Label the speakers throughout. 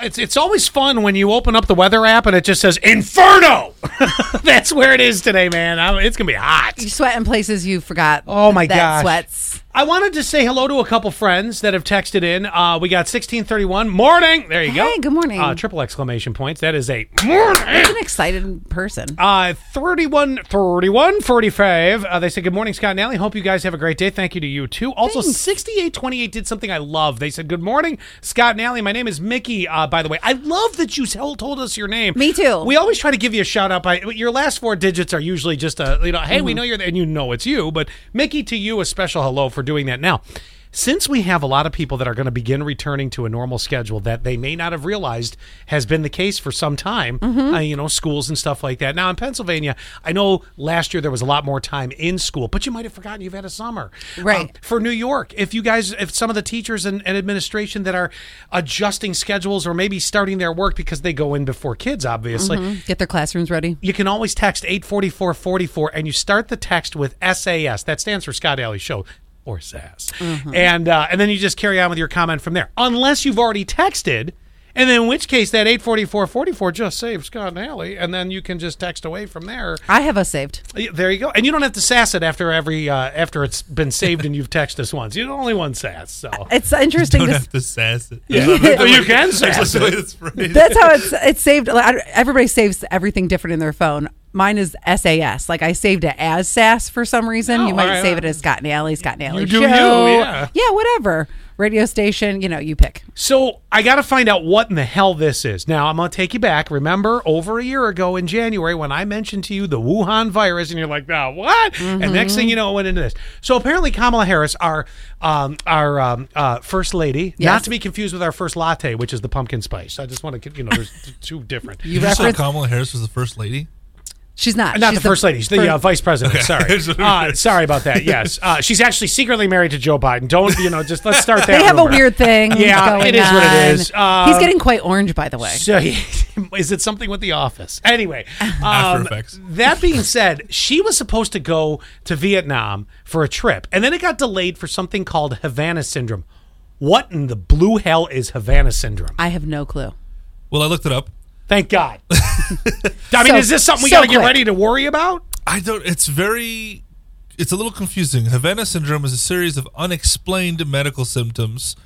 Speaker 1: It's it's always fun when you open up the weather app and it just says Inferno. That's where it is today, man. I'm, it's gonna be hot.
Speaker 2: You sweat in places you forgot.
Speaker 1: Oh, my
Speaker 2: that
Speaker 1: gosh.
Speaker 2: Sweats.
Speaker 1: I wanted to say hello to a couple friends that have texted in. Uh, we got sixteen thirty one morning. There you go.
Speaker 2: Hey, good morning.
Speaker 1: Uh, triple exclamation points. That is a morning.
Speaker 2: An excited person.
Speaker 1: Uh, 31, 31, 45. Uh, they said, Good morning, Scott and Allie. Hope you guys have a great day. Thank you to you, too. Also, 6828 did something I love. They said, Good morning, Scott and Allie. My name is Mickey, uh, by the way. I love that you tell- told us your name.
Speaker 2: Me too.
Speaker 1: We always try to give you a shout out by your last four digits are usually just a, you know, hey, we know you're there and you know it's you. But Mickey, to you, a special hello for doing that. Now, since we have a lot of people that are going to begin returning to a normal schedule that they may not have realized has been the case for some time, uh, you know, schools and stuff like that. Now in Pennsylvania, I know last year there was a lot more time in school, but you might have forgotten you've had a summer. Um,
Speaker 2: Right.
Speaker 1: for New York, if you guys, if some of the teachers and, and administration that are adjusting schedules or maybe starting their work because they go in before kids, obviously,
Speaker 2: Get their classrooms ready.
Speaker 1: you can always text 84444 and you start the text with SAS. That stands for Scott Alley Show or SAS. And uh, and then you just carry on with your comment from there. Unless you've already texted and then in which case that 84444 just saves Scott Alley and then you can just text away from there.
Speaker 2: I have us saved.
Speaker 1: Uh, Y- There you go. And you don't have to sass it after every uh, after it's been saved and you've texted us once. You're the only one sass, so
Speaker 2: It's interesting.
Speaker 3: Don't
Speaker 2: This,
Speaker 3: have to sass it.
Speaker 1: Oh, you can sass
Speaker 3: That's the
Speaker 1: it.
Speaker 3: way it's phrased.
Speaker 2: that's how it's it's saved. I- Everybody saves everything different in their phone. Mine is SAS. Like I saved it as SAS for some reason.
Speaker 1: Oh,
Speaker 2: you might
Speaker 1: all right.
Speaker 2: save it as Scott and Alley, Scott and Alley
Speaker 1: You do
Speaker 2: show.
Speaker 1: you, yeah.
Speaker 2: yeah, whatever. Radio station, you know, you pick.
Speaker 1: So I got to find out what in the hell this is. Now I'm going to take you back. Remember over a year ago in January when I mentioned to you the Wuhan virus, and you're like, "Ah, what?" And next
Speaker 2: Mm-hmm.
Speaker 1: thing you know, it went into this. So apparently Kamala Harris, our um, our um, uh, first lady, not
Speaker 2: Yes.
Speaker 1: to be confused with our first latte, which is the pumpkin spice. I just want to, you know, there's t- two different.
Speaker 2: You
Speaker 3: Did you say
Speaker 2: reference.
Speaker 3: Kamala Harris was the first lady?
Speaker 2: She's not.
Speaker 1: Not
Speaker 2: She's
Speaker 1: the first lady, she's the uh, vice president. Sorry, uh, sorry about that. Yes, uh, she's actually secretly married to Joe Biden. Don't you know? Just let's start that.
Speaker 2: They have a
Speaker 1: rumor.
Speaker 2: weird thing.
Speaker 1: Yeah,
Speaker 2: going
Speaker 1: it is what
Speaker 2: on.
Speaker 1: it is. Um,
Speaker 2: He's getting quite orange, by the way.
Speaker 1: So, is it something with the office? Anyway, um,
Speaker 3: Effects.
Speaker 1: that being said, she was supposed to go to Vietnam for a trip, and then it got delayed for something called Havana syndrome. What in the blue hell is Havana syndrome?
Speaker 2: I have no clue.
Speaker 3: Well, I looked it up.
Speaker 1: Thank God. I mean,
Speaker 2: So-
Speaker 1: is this something we
Speaker 2: so
Speaker 1: got to get
Speaker 2: quick.
Speaker 1: ready to worry about?
Speaker 3: I don't. It's very. It's a little confusing. Havana syndrome is a series of unexplained medical symptoms.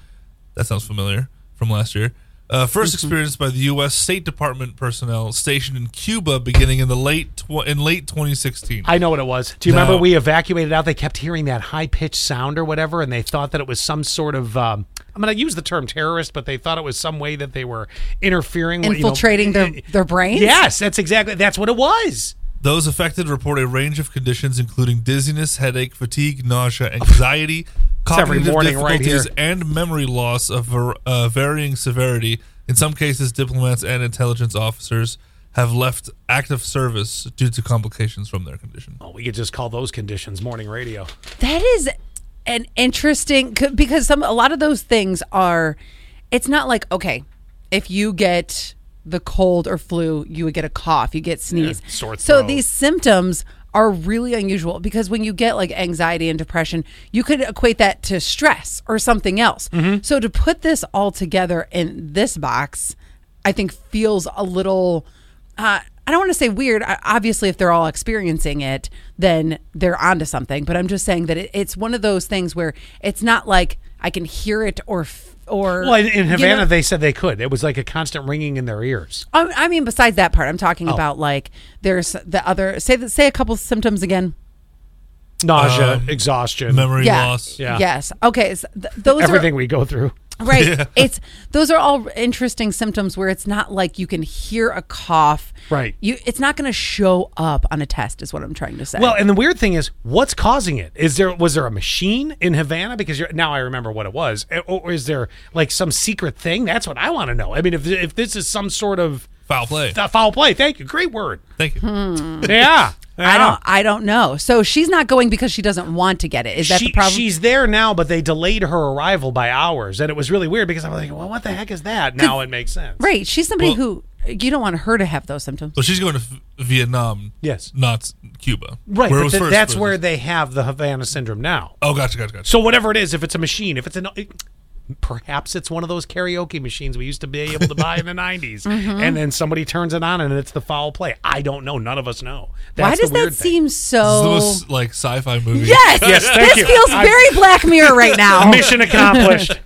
Speaker 3: That sounds familiar from last year. Uh, 1st experienced by the U.S. State Department personnel stationed in Cuba beginning in the late tw- in late 2016.
Speaker 1: I know what it was. Do you
Speaker 3: No.
Speaker 1: remember we evacuated out? They kept hearing that high pitched sound or whatever, and they thought that it was some sort of. Um, I'm going to use the term terrorist, but they thought it was some way that they were interfering with you know-
Speaker 2: Infiltrating their their brains.
Speaker 1: Yes, that's exactly that's what it was.
Speaker 3: Those affected report a range of conditions including dizziness, headache, fatigue, nausea, anxiety,
Speaker 1: every
Speaker 3: cognitive
Speaker 1: morning right
Speaker 3: difficulties,
Speaker 1: here.
Speaker 3: and memory loss of var- uh, varying severity. In some cases, diplomats and intelligence officers have left active service due to complications from their condition.
Speaker 1: Oh, we could just call those conditions morning radio.
Speaker 2: That is an interesting c- because some a lot of those things are. It's not like okay, if you get the cold or flu, you would get a cough, you get sneeze.
Speaker 1: Yeah, sore
Speaker 2: so
Speaker 1: throat.
Speaker 2: these symptoms are really unusual because when you get like anxiety and depression, you could equate that to stress or something else.
Speaker 1: Mm-hmm.
Speaker 2: So to put this all together in this box, I think feels a little. Uh, I don't want to say weird. I, obviously, if they're all experiencing it, then they're onto something. But I'm just saying that it, it's one of those things where it's not like I can hear it or f- or.
Speaker 1: Well, in, in
Speaker 2: you know-
Speaker 1: Havana, they said they could. It was like a constant ringing in their ears.
Speaker 2: I I mean, besides that part, I'm
Speaker 1: Oh.
Speaker 2: talking about like there's the other. Say the, say a couple symptoms again.
Speaker 1: Nausea,
Speaker 3: Um,
Speaker 1: exhaustion,
Speaker 3: Memory
Speaker 2: Yeah.
Speaker 3: loss.
Speaker 1: Yeah.
Speaker 2: Yes. Okay. so th- those
Speaker 1: everything we go through.
Speaker 2: are right. It's those are all interesting symptoms where it's not like you can hear a cough.
Speaker 1: Right.
Speaker 2: You. It's not going to show up on a test. Is what I'm trying to say.
Speaker 1: Well, and the weird thing is, what's causing it? Is there was there a machine in Havana? Because you're, now I remember what it was. Eh, Or is there like some secret thing? That's what I want to know. I mean, if if this is some sort of
Speaker 3: Foul play.
Speaker 1: f- foul play, thank you, great word.
Speaker 3: Thank you.
Speaker 1: Hmm. Yeah,
Speaker 2: I
Speaker 1: Yeah.
Speaker 2: don't. I don't know. So she's not going because she doesn't want to get it. Is that
Speaker 1: She-
Speaker 2: the problem?
Speaker 1: She's there now, but they delayed her arrival by hours, and it was really weird because I'm like, well, what the heck is that? Now it makes sense.
Speaker 2: right. She's somebody
Speaker 3: Well-
Speaker 2: who you don't want her to have those symptoms.
Speaker 3: So she's going to v- Vietnam.
Speaker 1: Yes.
Speaker 3: Not Cuba.
Speaker 1: Right,
Speaker 3: Where it
Speaker 1: but
Speaker 3: was
Speaker 1: th-
Speaker 3: first
Speaker 1: that's
Speaker 3: was-
Speaker 1: where they have the Havana syndrome now.
Speaker 3: Oh, gotcha, gotcha, gotcha.
Speaker 1: So whatever it is, if it's a machine, if it's an, Perhaps it's one of those karaoke machines we used to be able to buy in the 90s.
Speaker 2: Mm-hmm.
Speaker 1: And then somebody turns it on and it's the foul play. I don't know. None of us know. That's
Speaker 2: Why
Speaker 1: the
Speaker 2: does that
Speaker 1: weird thing.
Speaker 2: seem
Speaker 3: This is
Speaker 2: so?
Speaker 3: the most like sci-fi movie.
Speaker 2: yes,
Speaker 1: Yes, thank
Speaker 2: this
Speaker 1: you.
Speaker 2: feels
Speaker 1: I-
Speaker 2: very Black Mirror right now.
Speaker 1: Mission accomplished.